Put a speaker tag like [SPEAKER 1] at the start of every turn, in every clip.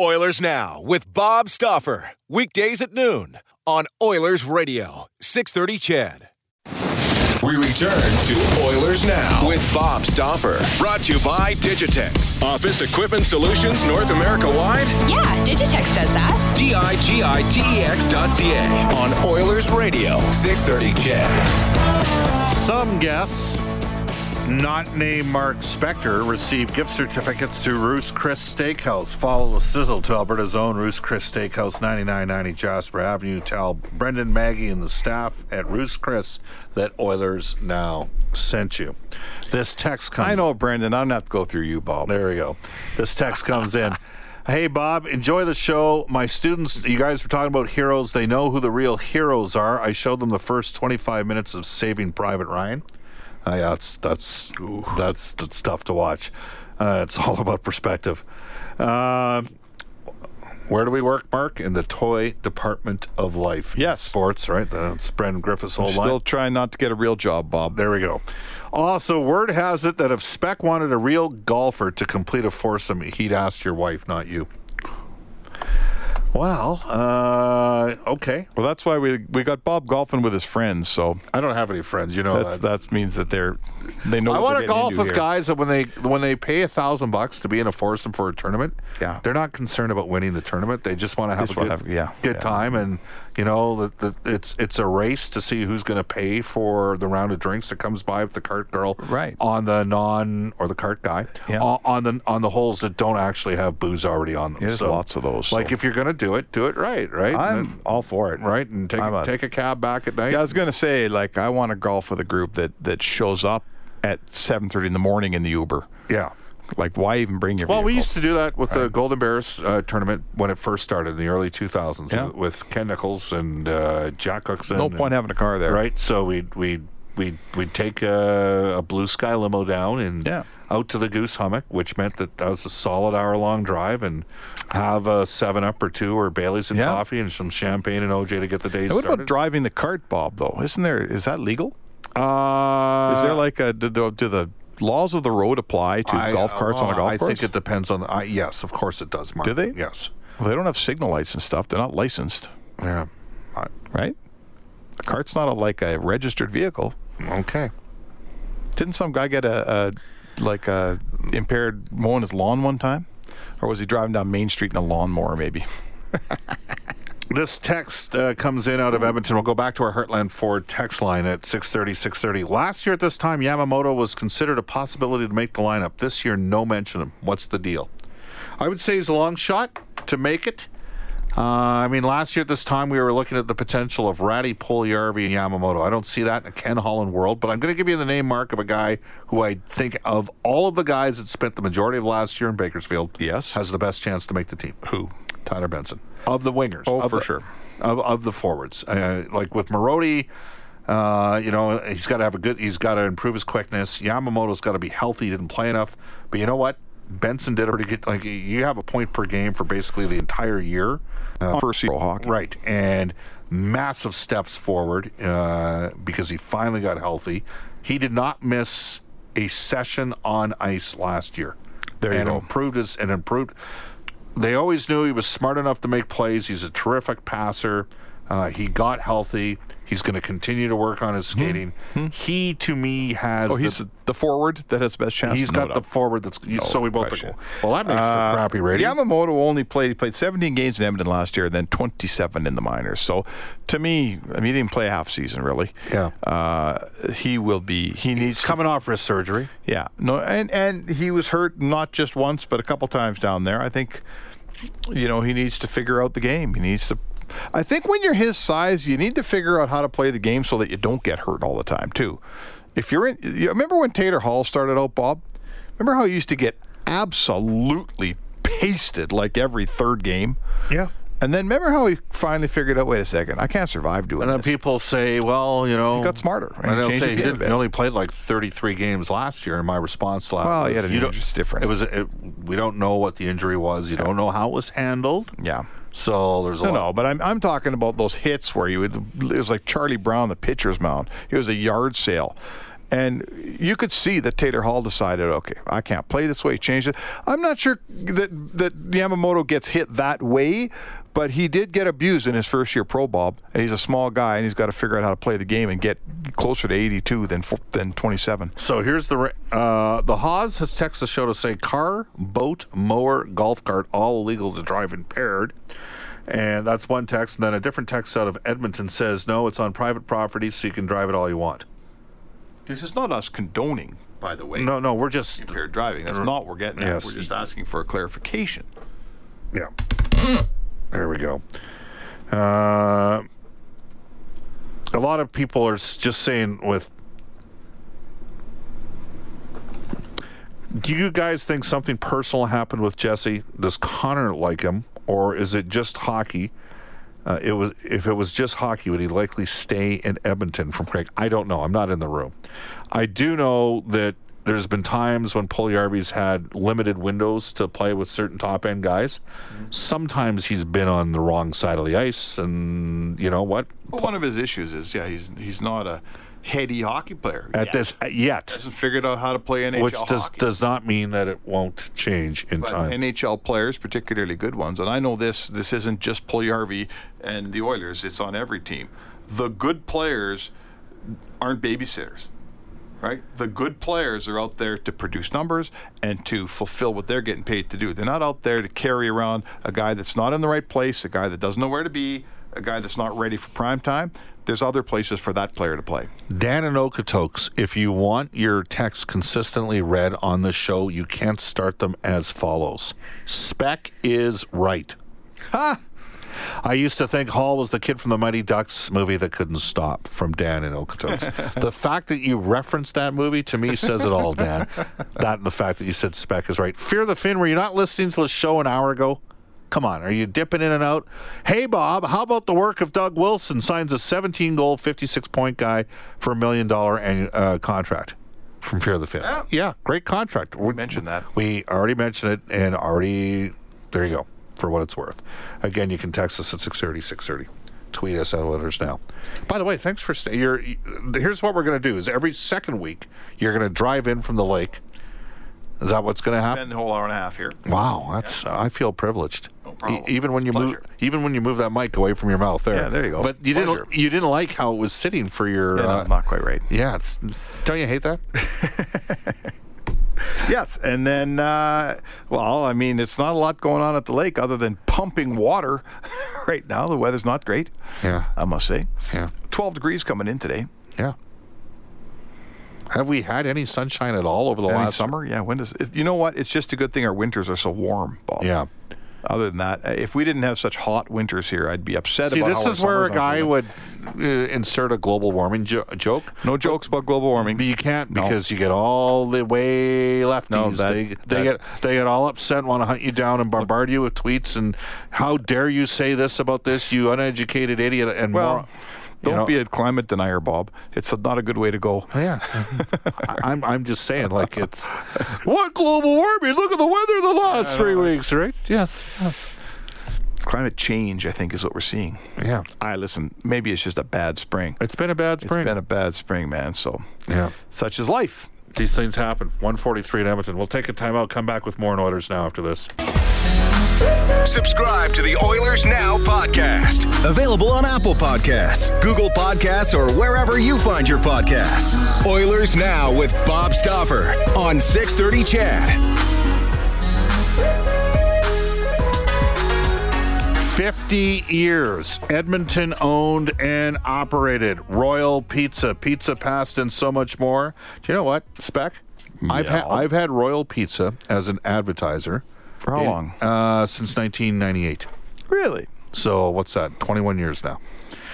[SPEAKER 1] Oilers Now with Bob Stoffer. Weekdays at noon on Oilers Radio, 630 Chad.
[SPEAKER 2] We return to Oilers Now with Bob Stoffer.
[SPEAKER 1] Brought to you by Digitex. Office Equipment Solutions North America wide.
[SPEAKER 3] Yeah, Digitex does that.
[SPEAKER 2] D-I-G-I-T-E-X E dot C-A on Oilers Radio, 630 Chad.
[SPEAKER 4] Some guests, not named Mark Spector, received gift certificates to Roost Chris Steakhouse. Follow the sizzle to Alberta's own Roost Chris Steakhouse, 9990 Jasper Avenue. Tell Brendan, Maggie, and the staff at Roost Chris that Oilers Now sent you. This text comes.
[SPEAKER 5] I know, Brendan. I'm not go through you, Bob.
[SPEAKER 4] There we go. This text comes in. Hey, Bob, enjoy the show. My students, you guys were talking about heroes. They know who the real heroes are. I showed them the first 25 minutes of Saving Private Ryan. Uh, yeah, that's that's Ooh. that's that's tough to watch. Uh, it's all about perspective. Uh, where do we work, Mark? In the toy department of life.
[SPEAKER 5] Yes,
[SPEAKER 4] sports, right? That's Brendan Griffiths' whole
[SPEAKER 5] Still trying not to get a real job, Bob.
[SPEAKER 4] There we go. Also, word has it that if Spec wanted a real golfer to complete a foursome, he'd ask your wife, not you. Well, uh, okay.
[SPEAKER 5] Well, that's why we we got Bob golfing with his friends. So
[SPEAKER 4] I don't have any friends. You know,
[SPEAKER 5] that means that they're they know.
[SPEAKER 4] Oh, I
[SPEAKER 5] want to
[SPEAKER 4] golf with here. guys that when they when they pay a thousand bucks to be in a foursome for a tournament,
[SPEAKER 5] yeah,
[SPEAKER 4] they're not concerned about winning the tournament. They just want to have
[SPEAKER 5] Just
[SPEAKER 4] a good,
[SPEAKER 5] wanna have- yeah,
[SPEAKER 4] good
[SPEAKER 5] yeah.
[SPEAKER 4] time, and you know, the, the, it's it's a race to see who's going to pay for the round of drinks that comes by with the cart girl,
[SPEAKER 5] Right.
[SPEAKER 4] On the non or the cart guy,
[SPEAKER 5] Yeah.
[SPEAKER 4] on, on the on the holes that don't actually have booze already on them.
[SPEAKER 5] There's
[SPEAKER 4] so,
[SPEAKER 5] lots of those. so-
[SPEAKER 4] like if you're going to do it, do it right, right? And then-
[SPEAKER 5] I'm all for it.
[SPEAKER 4] right? And take
[SPEAKER 5] I'm
[SPEAKER 4] a,
[SPEAKER 5] a-
[SPEAKER 4] take a cab back at night.
[SPEAKER 5] Yeah, I was gonna say like I want to golf with a group that that shows up at 7:30 in the morning in the Uber.
[SPEAKER 4] Yeah.
[SPEAKER 5] Like why even bring your?
[SPEAKER 4] Well, we
[SPEAKER 5] vehicle?
[SPEAKER 4] used to do that with the Golden Bears uh, tournament when it first started in the early 2000s
[SPEAKER 5] Yeah.
[SPEAKER 4] with Ken Nichols and uh, Jack Cookson.
[SPEAKER 5] No
[SPEAKER 4] and-
[SPEAKER 5] point having a car there,
[SPEAKER 4] right? So we'd we'd we'd we'd take a, a blue sky limo down and
[SPEAKER 5] Yeah.
[SPEAKER 4] out to the Goose Hummock, which meant that that was a solid hour long drive, and have a seven up or two or Bailey's and
[SPEAKER 5] Yeah.
[SPEAKER 4] coffee and some champagne and OJ to get the day
[SPEAKER 5] And what
[SPEAKER 4] started.
[SPEAKER 5] about driving the cart, Bob? Though isn't there is that legal?
[SPEAKER 4] uh,
[SPEAKER 5] Is there like a do, do, do the laws of the road apply to
[SPEAKER 4] I-
[SPEAKER 5] golf carts on a
[SPEAKER 4] uh,
[SPEAKER 5] golf
[SPEAKER 4] I
[SPEAKER 5] course?
[SPEAKER 4] think it depends on the. I yes, of course it does. Mark.
[SPEAKER 5] Do they?
[SPEAKER 4] Yes.
[SPEAKER 5] Well, they don't have signal lights and stuff. They're not licensed,
[SPEAKER 4] Yeah. I-
[SPEAKER 5] right? A cart's not a, like a registered vehicle.
[SPEAKER 4] Okay.
[SPEAKER 5] Didn't some guy get a, a like a impaired mowing his lawn one time, or was he driving down Main Street in a lawnmower? Maybe.
[SPEAKER 4] This text uh, comes in out of Edmonton. We'll go back to our Heartland Ford text line at 6:30. 6:30. Last year at this time, Yamamoto was considered a possibility to make the lineup. This year, no mention of him. What's the deal? I would say he's a long shot to make it. Uh, I mean, last year at this time, we were looking at the potential of Ratty, Poliarvi, and Yamamoto. I don't see that in a Ken Holland world, but I'm going to give you the name mark of a guy who I think of all of the guys that spent the majority of last year in Bakersfield
[SPEAKER 5] Yes.
[SPEAKER 4] has the best chance to make the team.
[SPEAKER 5] Who?
[SPEAKER 4] Tyler Benson. Of the wingers.
[SPEAKER 5] Oh,
[SPEAKER 4] of
[SPEAKER 5] for
[SPEAKER 4] the-
[SPEAKER 5] sure.
[SPEAKER 4] Of, of the forwards. Uh, like with Marody, uh, you know, he's got to have a good, he's got to improve his quickness. Yamamoto's got to be healthy, didn't play enough. But you know what? Benson did a pretty good, like, you have a point per game for basically the entire year.
[SPEAKER 5] First year hockey.
[SPEAKER 4] Right. And massive steps forward uh, because he finally got healthy. He did not miss a session on ice last year.
[SPEAKER 5] There you
[SPEAKER 4] and
[SPEAKER 5] go.
[SPEAKER 4] improved his and improved. They always knew he was smart enough to make plays. He's a terrific passer. Uh, he got healthy.
[SPEAKER 6] He's going to continue to work on his skating. He, to me, has.
[SPEAKER 5] Hmm. Oh, he's
[SPEAKER 6] the,
[SPEAKER 5] the, forward that has the best chance.
[SPEAKER 6] he's
[SPEAKER 5] No
[SPEAKER 6] got the
[SPEAKER 5] doubt.
[SPEAKER 6] forward that's. so we both
[SPEAKER 5] question.
[SPEAKER 6] think. Well, that makes
[SPEAKER 5] Uh,
[SPEAKER 6] the crappy rating.
[SPEAKER 5] Yamamoto only played he played 17 games in Edmonton last year, and then 27 in the minors. So, to me, I mean, he didn't play a half season really.
[SPEAKER 6] Yeah.
[SPEAKER 5] Uh, he will be. He needs
[SPEAKER 6] he's
[SPEAKER 5] to-
[SPEAKER 6] coming off wrist surgery.
[SPEAKER 5] yeah. No. And and he was hurt not just once, but a couple times down there. I think, you know, he needs to figure out the game. He needs to. I think when you're his size, you need to figure out how to play the game so that you don't get hurt all the time too. If you're in, you remember when Tater Hall started out, Bob? Remember how he used to get absolutely pasted like every third game?
[SPEAKER 6] Yeah.
[SPEAKER 5] And then remember how he finally figured out, wait a second, I can't survive doing
[SPEAKER 6] And then
[SPEAKER 5] this.
[SPEAKER 6] people say, well, you know,
[SPEAKER 5] got smarter, and he
[SPEAKER 6] And they'll
[SPEAKER 5] changed
[SPEAKER 6] say
[SPEAKER 5] his
[SPEAKER 6] he,
[SPEAKER 5] game a
[SPEAKER 6] didn't,
[SPEAKER 5] bit.
[SPEAKER 6] he only played like 33 games last year. And my response to that
[SPEAKER 5] Well,
[SPEAKER 6] was,
[SPEAKER 5] he had an
[SPEAKER 6] you don't-
[SPEAKER 5] injury, it's different.
[SPEAKER 6] It was it, we don't know what the injury was. You don't know how it was handled.
[SPEAKER 5] yeah.
[SPEAKER 6] So there's a
[SPEAKER 5] No,
[SPEAKER 6] lot.
[SPEAKER 5] no, but I'm, I'm talking about those hits where you would, it was like Charlie Brown, the pitcher's mound. It was a yard sale. And you could see that Tater Hall decided, okay, I can't play this way. He changed it. I'm not sure that, that Yamamoto gets hit that way, but he did get abused in his first year pro Bob. And he's a small guy, and he's got to figure out how to play the game and get closer to 82 than four- than 27.
[SPEAKER 6] So here's the ra- uh, the Haas has texted the show to say car, boat, mower, golf cart, all illegal to drive impaired. And that's one text. And then a different text out of Edmonton says, no, it's on private property, so you can drive it all you want.
[SPEAKER 5] This is not us condoning, by the way.
[SPEAKER 6] No, no, we're just.
[SPEAKER 5] impaired driving. That's not what we're getting at.
[SPEAKER 6] Yes.
[SPEAKER 5] We're just asking for a clarification.
[SPEAKER 6] Yeah. There we go. Uh, a lot of people are s- just saying with. Do you guys think something personal happened with Jesse? Does Connor like him, or is it just hockey? Uh, it was if it was just hockey, would he likely stay in Edmonton from Craig? I don't know. I'm not in the room. I do know that there's been times when Puliarvi's had limited windows to play with certain top end guys.
[SPEAKER 5] Mm-hmm.
[SPEAKER 6] Sometimes he's been on the wrong side of the ice, and you know what?
[SPEAKER 5] Well, one of his issues is, yeah, he's he's not a heady hockey player.
[SPEAKER 6] At this uh, yet,
[SPEAKER 5] hasn't figured out how to play NHL
[SPEAKER 6] which does
[SPEAKER 5] hockey.
[SPEAKER 6] does not mean that it won't change in
[SPEAKER 5] but
[SPEAKER 6] time.
[SPEAKER 5] NHL players, particularly good ones, and I know this. This isn't just Puljujärvi and the Oilers. It's on every team. The good players aren't babysitters, right? The good players are out there to produce numbers and to fulfill what they're getting paid to do. They're not out there to carry around a guy that's not in the right place, a guy that doesn't know where to be, a guy that's not ready for prime time. There's other places for that player to play.
[SPEAKER 6] Dan and Okotoks, if you want your text consistently read on the show, you can't start them as follows. Spec is right. I used to think Hall was the kid from the Mighty Ducks movie that couldn't stop from Dan and Okotoks. the fact that you referenced that movie to me says it all, Dan. that and the fact that you said Spec is right. Fear the Fin, were you not listening to the show an hour ago? Come on, are you dipping in and out? Hey, Bob, how about the work of Doug Wilson signs a 17 goal, 56 point guy for a million dollar annu- uh, contract from Fear the Fin? Yeah, great contract. We
[SPEAKER 5] mentioned that.
[SPEAKER 6] We already mentioned it and already, there you go, for what it's worth. Again, you can text us at 630 630. Tweet us at Oilers Now. By the way, thanks for staying. You're, here's what we're going to do is every second week, you're going to drive in from the lake. Is that what's going to happen?
[SPEAKER 5] Spend the whole hour and a half here.
[SPEAKER 6] Wow, that's I feel privileged.
[SPEAKER 5] No problem.
[SPEAKER 6] E- even when you
[SPEAKER 5] It's a
[SPEAKER 6] move,
[SPEAKER 5] pleasure.
[SPEAKER 6] even when you move that mic away from your mouth, there.
[SPEAKER 5] Yeah, there you go.
[SPEAKER 6] But you
[SPEAKER 5] Pleasure.
[SPEAKER 6] didn't, you didn't like how it was sitting for your.
[SPEAKER 5] Yeah, no,
[SPEAKER 6] uh,
[SPEAKER 5] not quite right.
[SPEAKER 6] yeah, it's. Don't you hate that?
[SPEAKER 5] Yes, and then, uh, well, I mean, it's not a lot going on at the lake other than pumping water right now. The weather's not great.
[SPEAKER 6] Yeah.
[SPEAKER 5] I must say.
[SPEAKER 6] Yeah.
[SPEAKER 5] 12 degrees coming in today.
[SPEAKER 6] yeah. Have we had any sunshine at all over the
[SPEAKER 5] Any
[SPEAKER 6] last
[SPEAKER 5] summer? Yeah, when does it, you know what? It's just a good thing our winters are so warm, Bob.
[SPEAKER 6] Yeah.
[SPEAKER 5] Other than that, uh, if we didn't have such hot winters here, I'd be upset
[SPEAKER 6] See,
[SPEAKER 5] about
[SPEAKER 6] this
[SPEAKER 5] how our
[SPEAKER 6] is where
[SPEAKER 5] summer's not
[SPEAKER 6] a guy
[SPEAKER 5] feeling.
[SPEAKER 6] would uh, insert a global warming jo- joke.
[SPEAKER 5] No jokes about global warming.
[SPEAKER 6] But you can't
[SPEAKER 5] No.
[SPEAKER 6] because you get all the way lefties.
[SPEAKER 5] No, that-
[SPEAKER 6] they they
[SPEAKER 5] that-
[SPEAKER 6] get they get all upset, and want to hunt you down and bombard you with tweets and how dare you say this about this, you uneducated idiot and
[SPEAKER 5] Well,
[SPEAKER 6] moron. You
[SPEAKER 5] Don't
[SPEAKER 6] know,
[SPEAKER 5] be a climate denier, Bob. It's a, not a good way to go.
[SPEAKER 6] yeah, I- I'm I'm just saying like it's what global warming? Look at the weather the last three weeks, right? Yes, yes,
[SPEAKER 5] Climate change, I think, is what we're seeing.
[SPEAKER 6] yeah.
[SPEAKER 5] I listen. Maybe it's just a bad spring.
[SPEAKER 6] It's been a bad spring.
[SPEAKER 5] It's been a bad spring, man. So,
[SPEAKER 6] Yeah.
[SPEAKER 5] such is life.
[SPEAKER 6] These things happen. 143 in Edmonton. We'll take a timeout. Come back with more in orders now after this.
[SPEAKER 2] Subscribe to the Oilers Now podcast. Available on Apple Podcasts, Google Podcasts, or wherever you find your podcasts. Oilers Now with Bob Stoffer on 630 Chad.
[SPEAKER 4] 50 years, Edmonton owned and operated Royal Pizza, Pizza Past, and so much more. Do you know what, Spec? I've,
[SPEAKER 5] Yeah.
[SPEAKER 4] had I've had Royal Pizza as an advertiser
[SPEAKER 5] For how long?
[SPEAKER 4] uh, since 1998.
[SPEAKER 5] Really?
[SPEAKER 4] So, what's that? 21 years now.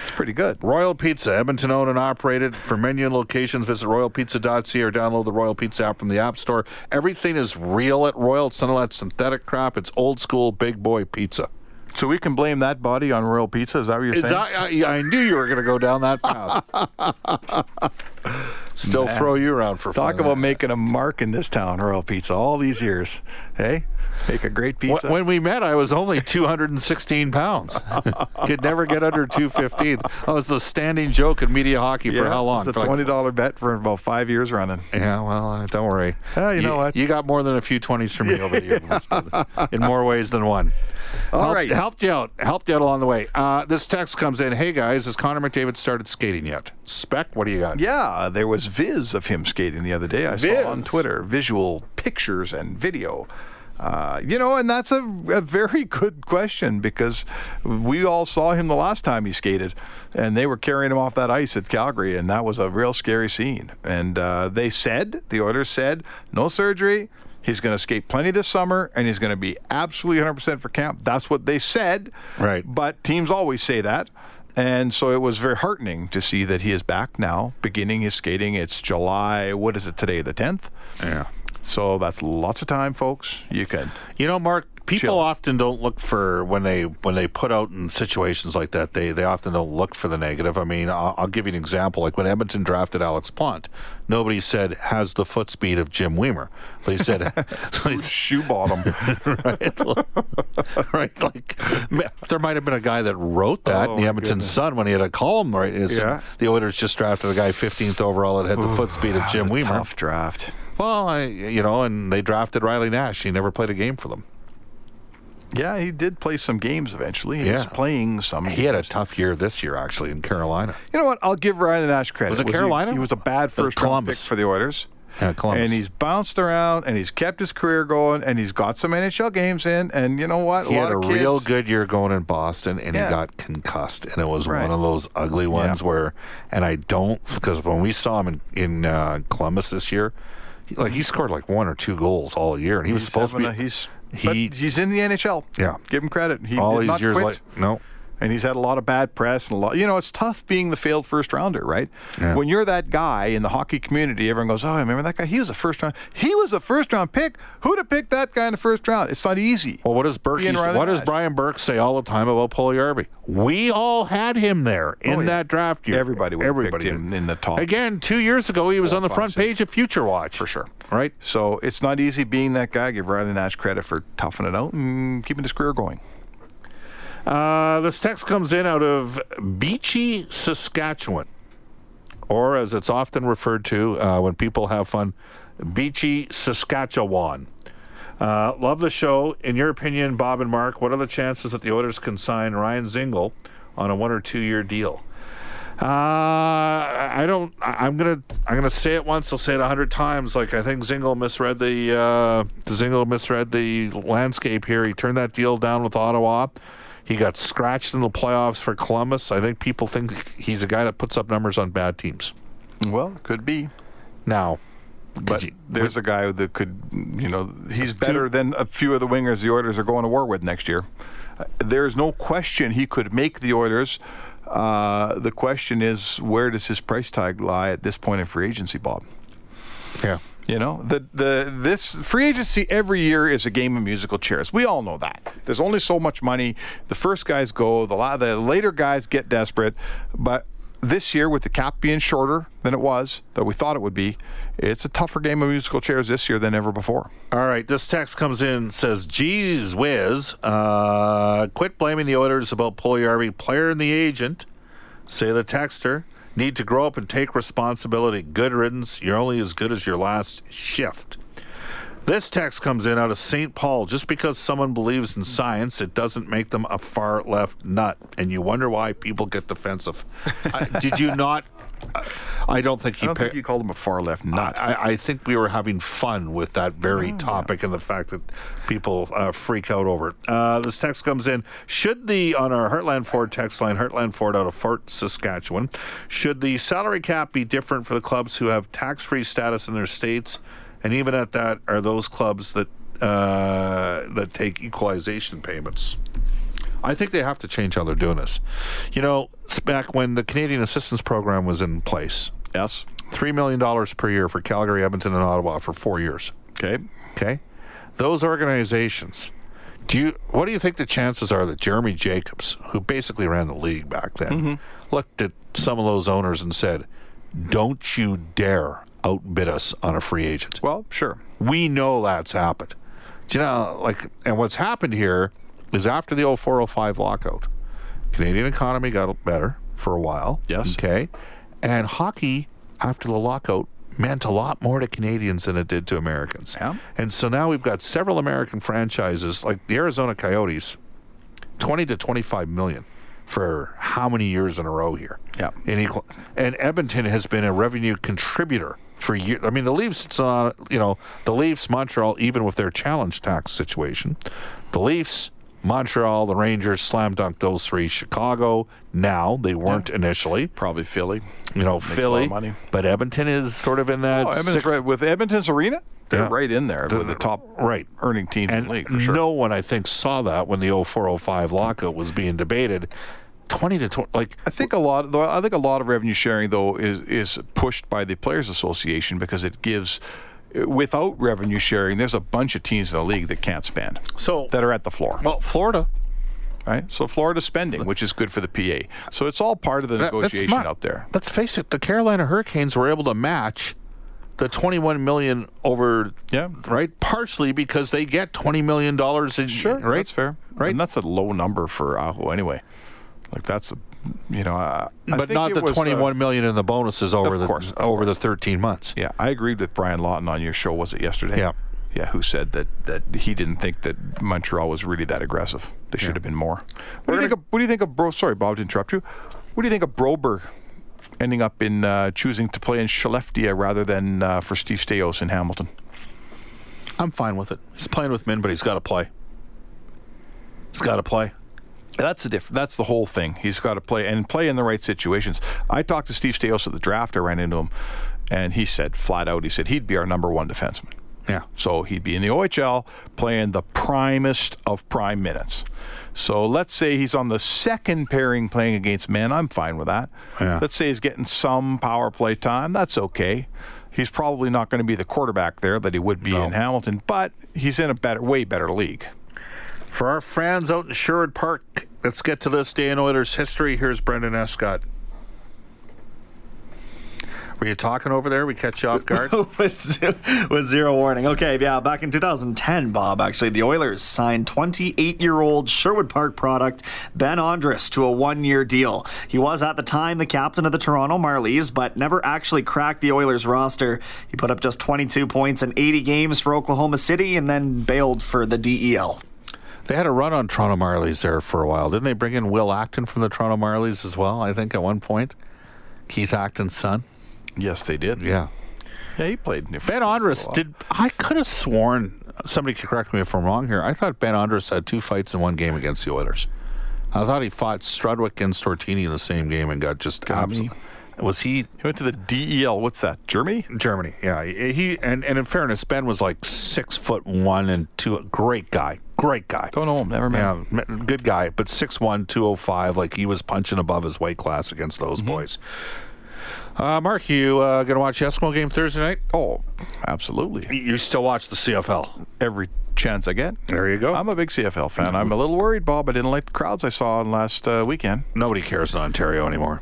[SPEAKER 5] It's pretty good.
[SPEAKER 4] Royal Pizza, Edmonton owned and operated. For menu and locations, visit royalpizza.ca or download the Royal Pizza app from the App Store. Everything is real at Royal. It's none of that synthetic crap. It's old school big boy pizza.
[SPEAKER 5] So we can blame that body on Royal Pizza. Is that what you're
[SPEAKER 4] Is
[SPEAKER 5] saying?
[SPEAKER 4] that- I, I knew you were going to go down that path. Still throw you around for
[SPEAKER 5] Talk
[SPEAKER 4] fun.
[SPEAKER 5] about making a mark in this town, Royal Pizza, all these years. Hey, make a great
[SPEAKER 4] Wh-
[SPEAKER 5] pizza.
[SPEAKER 4] When we met, I was only 216 pounds. Could never get under 215. That was the standing joke in media hockey for
[SPEAKER 5] Yeah,
[SPEAKER 4] how long?
[SPEAKER 5] It's a
[SPEAKER 4] For like
[SPEAKER 5] twenty dollar bet for about five years running.
[SPEAKER 4] Yeah, well, uh, don't worry.
[SPEAKER 5] Oh, you know what?
[SPEAKER 4] You got more than a few 20s from me over the years in more ways than one. All right,
[SPEAKER 5] right.
[SPEAKER 4] Helped you out. Helped you out along the way. Uh, this text comes in Hey, guys, has Connor McDavid started skating yet? Spec, what do you got?
[SPEAKER 5] Yeah, there was viz of him skating the other day. I
[SPEAKER 4] Viz.
[SPEAKER 5] saw on Twitter visual pictures and video. Uh, you know, and that's a, a very good question because we all saw him the last time he skated, and they were carrying him off that ice at Calgary, and that was a real scary scene. And uh, they said, the Oilers said, no surgery. He's going to skate plenty this summer, and he's going to be absolutely 100% for camp. That's what they said.
[SPEAKER 4] Right.
[SPEAKER 5] But teams always say that. And so it was very heartening to see that he is back now, beginning his skating. It's July, what is it today, the 10th?
[SPEAKER 4] Yeah.
[SPEAKER 5] So that's lots of time, folks. You can.
[SPEAKER 4] You know, Mark, people
[SPEAKER 5] Chill.
[SPEAKER 4] often don't look for when they when they put out in situations like that. They they often don't look for the negative. I mean, I'll, I'll give you an example. Like when Edmonton drafted Alex Plant, nobody said has the foot speed of Jim Weimer. They said they
[SPEAKER 5] Shoe bottom.
[SPEAKER 4] right? Like ma- there might have been a guy that wrote that in the Edmonton Sun when he had a column. Right? It said,
[SPEAKER 5] Oh, Yeah.
[SPEAKER 4] The Oilers just drafted a guy 15th overall that had the foot speed of Jim
[SPEAKER 5] That was a
[SPEAKER 4] Weimer.
[SPEAKER 5] Tough draft.
[SPEAKER 4] Well, I, you know, and they drafted Riley Nash. He never played a game for them.
[SPEAKER 5] Yeah, he did play some games eventually. He was
[SPEAKER 4] Yeah.
[SPEAKER 5] playing some.
[SPEAKER 4] He had a tough year this year, actually, in Carolina.
[SPEAKER 5] You know what? I'll give Ryan Nash credit.
[SPEAKER 4] Was it
[SPEAKER 5] he-
[SPEAKER 4] Carolina?
[SPEAKER 5] He, was a bad
[SPEAKER 4] Or
[SPEAKER 5] first round pick
[SPEAKER 4] Columbus?
[SPEAKER 5] for the Oilers.
[SPEAKER 4] Yeah, Columbus.
[SPEAKER 5] And he's bounced around, and he's kept his career going, and he's got some NHL games in. And you know what?
[SPEAKER 4] He
[SPEAKER 5] a
[SPEAKER 4] had
[SPEAKER 5] lot
[SPEAKER 4] a
[SPEAKER 5] of kids,
[SPEAKER 4] real good year going in Boston, and
[SPEAKER 5] Yeah.
[SPEAKER 4] he got concussed, and it was
[SPEAKER 5] Right.
[SPEAKER 4] one of those ugly ones where, and I don't because when we saw him in in uh, Columbus this year, he, like he scored like one or two goals all year, and he was supposed to be
[SPEAKER 5] having a- he's
[SPEAKER 4] he
[SPEAKER 5] but he's in the NHL.
[SPEAKER 4] Yeah.
[SPEAKER 5] give him credit. He
[SPEAKER 4] all
[SPEAKER 5] did
[SPEAKER 4] these
[SPEAKER 5] not
[SPEAKER 4] years
[SPEAKER 5] quit,
[SPEAKER 4] like no.
[SPEAKER 5] and he's had a lot of bad press and a lot. You know, it's tough being the failed first rounder, right?
[SPEAKER 4] Yeah.
[SPEAKER 5] When you're that guy in the hockey community, everyone goes, "Oh, I remember that guy. He was a first round. He was a first round pick. Who'd have picked that guy in the first round? It's not easy."
[SPEAKER 4] Well, what does Burke?
[SPEAKER 5] Ian Riley
[SPEAKER 4] What does
[SPEAKER 5] Nash.
[SPEAKER 4] Brian Burke say all the time about Poliarvi? We all had him there in
[SPEAKER 5] Oh, yeah.
[SPEAKER 4] that draft year.
[SPEAKER 5] Everybody would've picked him
[SPEAKER 4] did.
[SPEAKER 5] in the top
[SPEAKER 4] Again, two years ago, he was
[SPEAKER 5] four,
[SPEAKER 4] on the
[SPEAKER 5] five,
[SPEAKER 4] front
[SPEAKER 5] six.
[SPEAKER 4] page of Future Watch
[SPEAKER 5] For sure.
[SPEAKER 4] Right.
[SPEAKER 5] So it's not easy being that guy. Give Riley Nash credit for toughing it out and keeping his career going.
[SPEAKER 4] Uh, this text comes in out of Beachy, Saskatchewan, or as it's often referred to uh, when people have fun, Beachy, Saskatchewan. Uh, love the show. In your opinion, Bob and Mark, what are the chances that the Oilers can sign Ryan Zingle on a one or two year deal? Uh, I don't. I- I'm gonna. I'm gonna say it once. I'll say it a hundred times. Like I think Zingle misread the. Uh, Zingle misread the landscape here. He turned that deal down with Ottawa. He got scratched in the playoffs for Columbus. I think people think he's a guy that puts up numbers on bad teams.
[SPEAKER 5] Well, could be.
[SPEAKER 4] Now, could
[SPEAKER 5] But
[SPEAKER 4] you-
[SPEAKER 5] there's a guy that could, you know, he's better than a few of the wingers the Oilers are going to war with next year. Uh, There's no question he could make the Oilers. Uh, the question is, where does his price tag lie at this point in free agency, Bob?
[SPEAKER 4] yeah.
[SPEAKER 5] You know, the the this free agency every year is a game of musical chairs. We all know that. There's only so much money. The first guys go, the la- the later guys get desperate, but this year with the cap being shorter than it was that we thought it would be, it's a tougher game of musical chairs this year than ever before.
[SPEAKER 4] All right, this text comes in says, "Geez whiz, uh, quit blaming the Oilers about Puliarvi, player and the agent." Say the texter need to grow up and take responsibility. Good riddance. You're only as good as your last shift. This text comes in out of St. Paul. Just because someone believes in science, it doesn't make them a far left nut. And you wonder why people get defensive. I, did you not? uh, I- I don't think
[SPEAKER 5] I
[SPEAKER 4] he
[SPEAKER 5] don't
[SPEAKER 4] picked.
[SPEAKER 5] think you called him a far left nut.
[SPEAKER 4] I, I think we were having fun with that very topic and the fact that people uh, freak out over it. Uh, this text comes in. Should the, on our Heartland Ford text line, Heartland Ford out of Fort Saskatchewan, should the salary cap be different for the clubs who have tax free status in their states? And even at that, are those clubs that uh, that take equalization payments? I think they have to change how they're doing this. You know, s- back when the Canadian Assistance Program was in place,
[SPEAKER 5] yes.
[SPEAKER 4] $3 million per year for Calgary, Edmonton, and Ottawa for four years.
[SPEAKER 5] Okay.
[SPEAKER 4] Okay? Those organizations, do you, what do you think the chances are that Jeremy Jacobs, who basically ran the league back then,
[SPEAKER 5] Mm-hmm.
[SPEAKER 4] looked at some of those owners and said, don't you dare outbid us on a free agent?
[SPEAKER 5] Well, sure.
[SPEAKER 4] We know that's happened. Do you know, like, and what's happened here is after the 0405 lockout, Canadian economy got better for a while.
[SPEAKER 5] Yes.
[SPEAKER 4] Okay. And hockey, after the lockout, meant a lot more to Canadians than it did to Americans.
[SPEAKER 5] Yeah.
[SPEAKER 4] And so now we've got several American franchises, like the Arizona Coyotes, 20 to 25 million for how many years in a row here?
[SPEAKER 5] Yeah.
[SPEAKER 4] And, equal, and Edmonton has been a revenue contributor for years. I mean, the Leafs, it's not, you know, the Leafs, Montreal, even with their challenge tax situation, the Leafs, Montreal, the Rangers, slam dunk those three. Chicago, now, they weren't initially,
[SPEAKER 5] Probably Philly.
[SPEAKER 4] you know,
[SPEAKER 5] a lot of
[SPEAKER 4] Philly.
[SPEAKER 5] money.
[SPEAKER 4] But Edmonton is sort of in that.
[SPEAKER 5] Oh, Edmonton's
[SPEAKER 4] sixth-
[SPEAKER 5] right with Edmonton's arena. They're
[SPEAKER 4] Yeah.
[SPEAKER 5] right in there with the top
[SPEAKER 4] right.
[SPEAKER 5] earning teams in
[SPEAKER 4] And
[SPEAKER 5] the league for sure.
[SPEAKER 4] no one, I think, saw that when the 0405 lockout was being debated. 20 to 20, like,
[SPEAKER 5] I think a lot. Though I think a lot of revenue sharing though is is pushed by the players' association because it gives. Without revenue sharing, there's a bunch of teams in the league that can't spend,
[SPEAKER 4] So-
[SPEAKER 5] that are at the floor.
[SPEAKER 4] well, Florida.
[SPEAKER 5] right? So Florida's spending, which is good for the PA. So it's all part of the
[SPEAKER 4] That- that's
[SPEAKER 5] negotiation
[SPEAKER 4] smart.
[SPEAKER 5] out there.
[SPEAKER 4] Let's face it, the Carolina Hurricanes were able to match the 21 million over
[SPEAKER 5] Yeah.
[SPEAKER 4] right partially because they get 20 million dollars in right
[SPEAKER 5] that's fair.
[SPEAKER 4] right
[SPEAKER 5] and that's a low number for Aho anyway. Like that's a, you know, uh,
[SPEAKER 4] but not the 21 million in the bonuses over
[SPEAKER 5] Of
[SPEAKER 4] the
[SPEAKER 5] course, of
[SPEAKER 4] over the 13 months
[SPEAKER 5] yeah, I agreed with Brian Lawton on your show. Was it yesterday?
[SPEAKER 4] Yeah.
[SPEAKER 5] Yeah, who said that, that he didn't think that Montreal was really that aggressive? They should have been more. What do you think? Of, what do you think of Bro? Sorry, Bob, to interrupt you. What do you think of Broberg ending up in uh, choosing to play in Shaleftia rather than uh, for Steve Stais in Hamilton?
[SPEAKER 4] I'm fine with it he's playing with men but he's got to play he's got to play
[SPEAKER 5] That's the diff- That's the whole thing. He's got to play and play in the right situations. I talked to Steve Stais at the draft. I ran into him, and he said flat out, he said he'd be our number one defenseman.
[SPEAKER 4] yeah
[SPEAKER 5] So he'd be in the OHL playing the primest of prime minutes. So let's say he's on the second pairing playing against men. I'm fine with that.
[SPEAKER 4] Yeah.
[SPEAKER 5] Let's say he's getting some power play time. That's okay. He's probably not going to be the quarterback there that he would be in Hamilton, but he's in a better, way better league.
[SPEAKER 4] for our friends out in Sherwood Park let's get to this day in Oilers history here's Brendan Escott were you talking over there we catch you off guard
[SPEAKER 7] with, zero, with zero warning. Okay, yeah, back in 2010, Bob, actually, the Oilers signed 28 year old Sherwood Park product Ben Andrus to a one year deal. He was at the time the captain of the Toronto Marlies, but never actually cracked the Oilers roster. He put up just 22 points in 80 games for Oklahoma City and then bailed for the E DEL.
[SPEAKER 4] They had a run on Toronto Marlies there for a while. Didn't they bring in Will Acton from the Toronto Marlies as well, I think, at one point? Keith Acton's son.
[SPEAKER 5] Yes, they did.
[SPEAKER 4] Yeah.
[SPEAKER 5] Yeah, he played. in the-
[SPEAKER 4] Ben Andrus did. I could have sworn, somebody could correct me if I'm wrong here. I thought Ben Andrus had two fights in one game against the Oilers. I thought he fought Strudwick and Stortini in the same game and got just absolutely. Was he
[SPEAKER 5] He went to the DEL. What's that? Germany?
[SPEAKER 4] Germany? Yeah, he he- and, and in fairness, Ben was like six foot one and two. Great guy, great guy.
[SPEAKER 5] Don't know him. Never met. him.
[SPEAKER 4] Yeah, m- good guy, but 6'1, 205, like he was punching above his weight class against
[SPEAKER 5] Mm-hmm.
[SPEAKER 4] those boys. Uh, Mark, you uh, going to watch the Eskimo game Thursday night?
[SPEAKER 5] Oh, absolutely.
[SPEAKER 4] You still watch the CFL.
[SPEAKER 5] Every chance I get.
[SPEAKER 4] There you go.
[SPEAKER 5] I'm a big CFL fan. I'm a little worried, Bob. I didn't like the crowds I saw on last uh, weekend.
[SPEAKER 4] Nobody cares in Ontario anymore.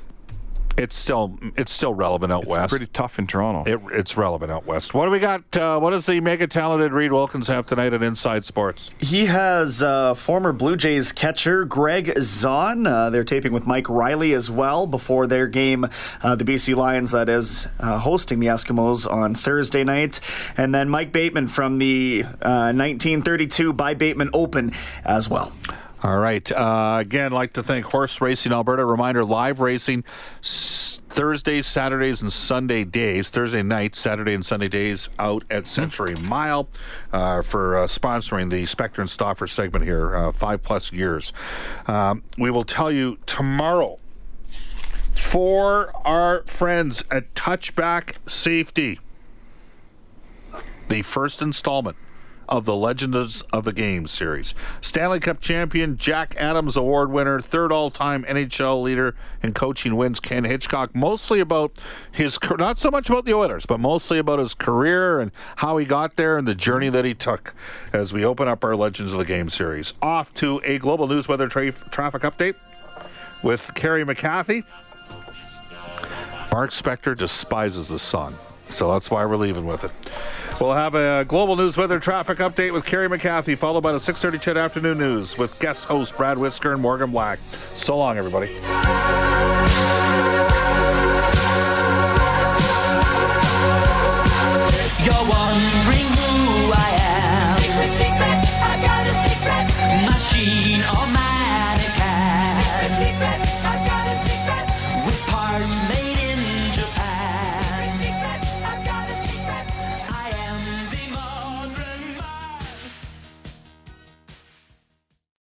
[SPEAKER 4] It's still it's still relevant out
[SPEAKER 5] It's
[SPEAKER 4] west.
[SPEAKER 5] pretty tough in Toronto.
[SPEAKER 4] It, it's relevant out west. What do we got? Uh, what does the mega talented Reed Wilkins have tonight at Inside Sports?
[SPEAKER 7] He has uh, former Blue Jays catcher Greg Zahn. Uh, they're taping with Mike Riley as well before their game, uh, the BC Lions, that is, uh, hosting the Eskimos on Thursday night. And then Mike Bateman from the uh, 1932 by Bateman Open as well.
[SPEAKER 4] All right. Uh, again, like to thank Horse Racing Alberta. Reminder: live racing s- Thursdays, Saturdays, and Sunday days. Thursday nights, Saturday and Sunday days out at Century Mile uh, for uh, sponsoring the Spectre and Stoffer segment here. Uh, five plus years. Um, we will tell you tomorrow for our friends at Touchback Safety. The first installment of the Legends of the Game series. Stanley Cup champion Jack Adams Award winner, third all time NHL leader in coaching wins, Ken Hitchcock. Mostly about his, car- not so much about the Oilers, but mostly about his career and how he got there and the journey that he took as we open up our Legends of the Game series. Off to a global news weather tra- traffic update with Kerry McCarthy. Mark Spector despises the sun. So that's why we're leaving with it. We'll have a global news weather traffic update with Kerry McCarthy, followed by the 6:30 Chet Afternoon News with guest host Brad Whisker and Morgan Black. So long, everybody.
[SPEAKER 8] You're wondering who I am. Secret, secret, I've got a secret. Machine or mannequin. Secret, secret, I've got a secret. With parts made in Japan. Secret, secret, I've got a secret. I am the modern man.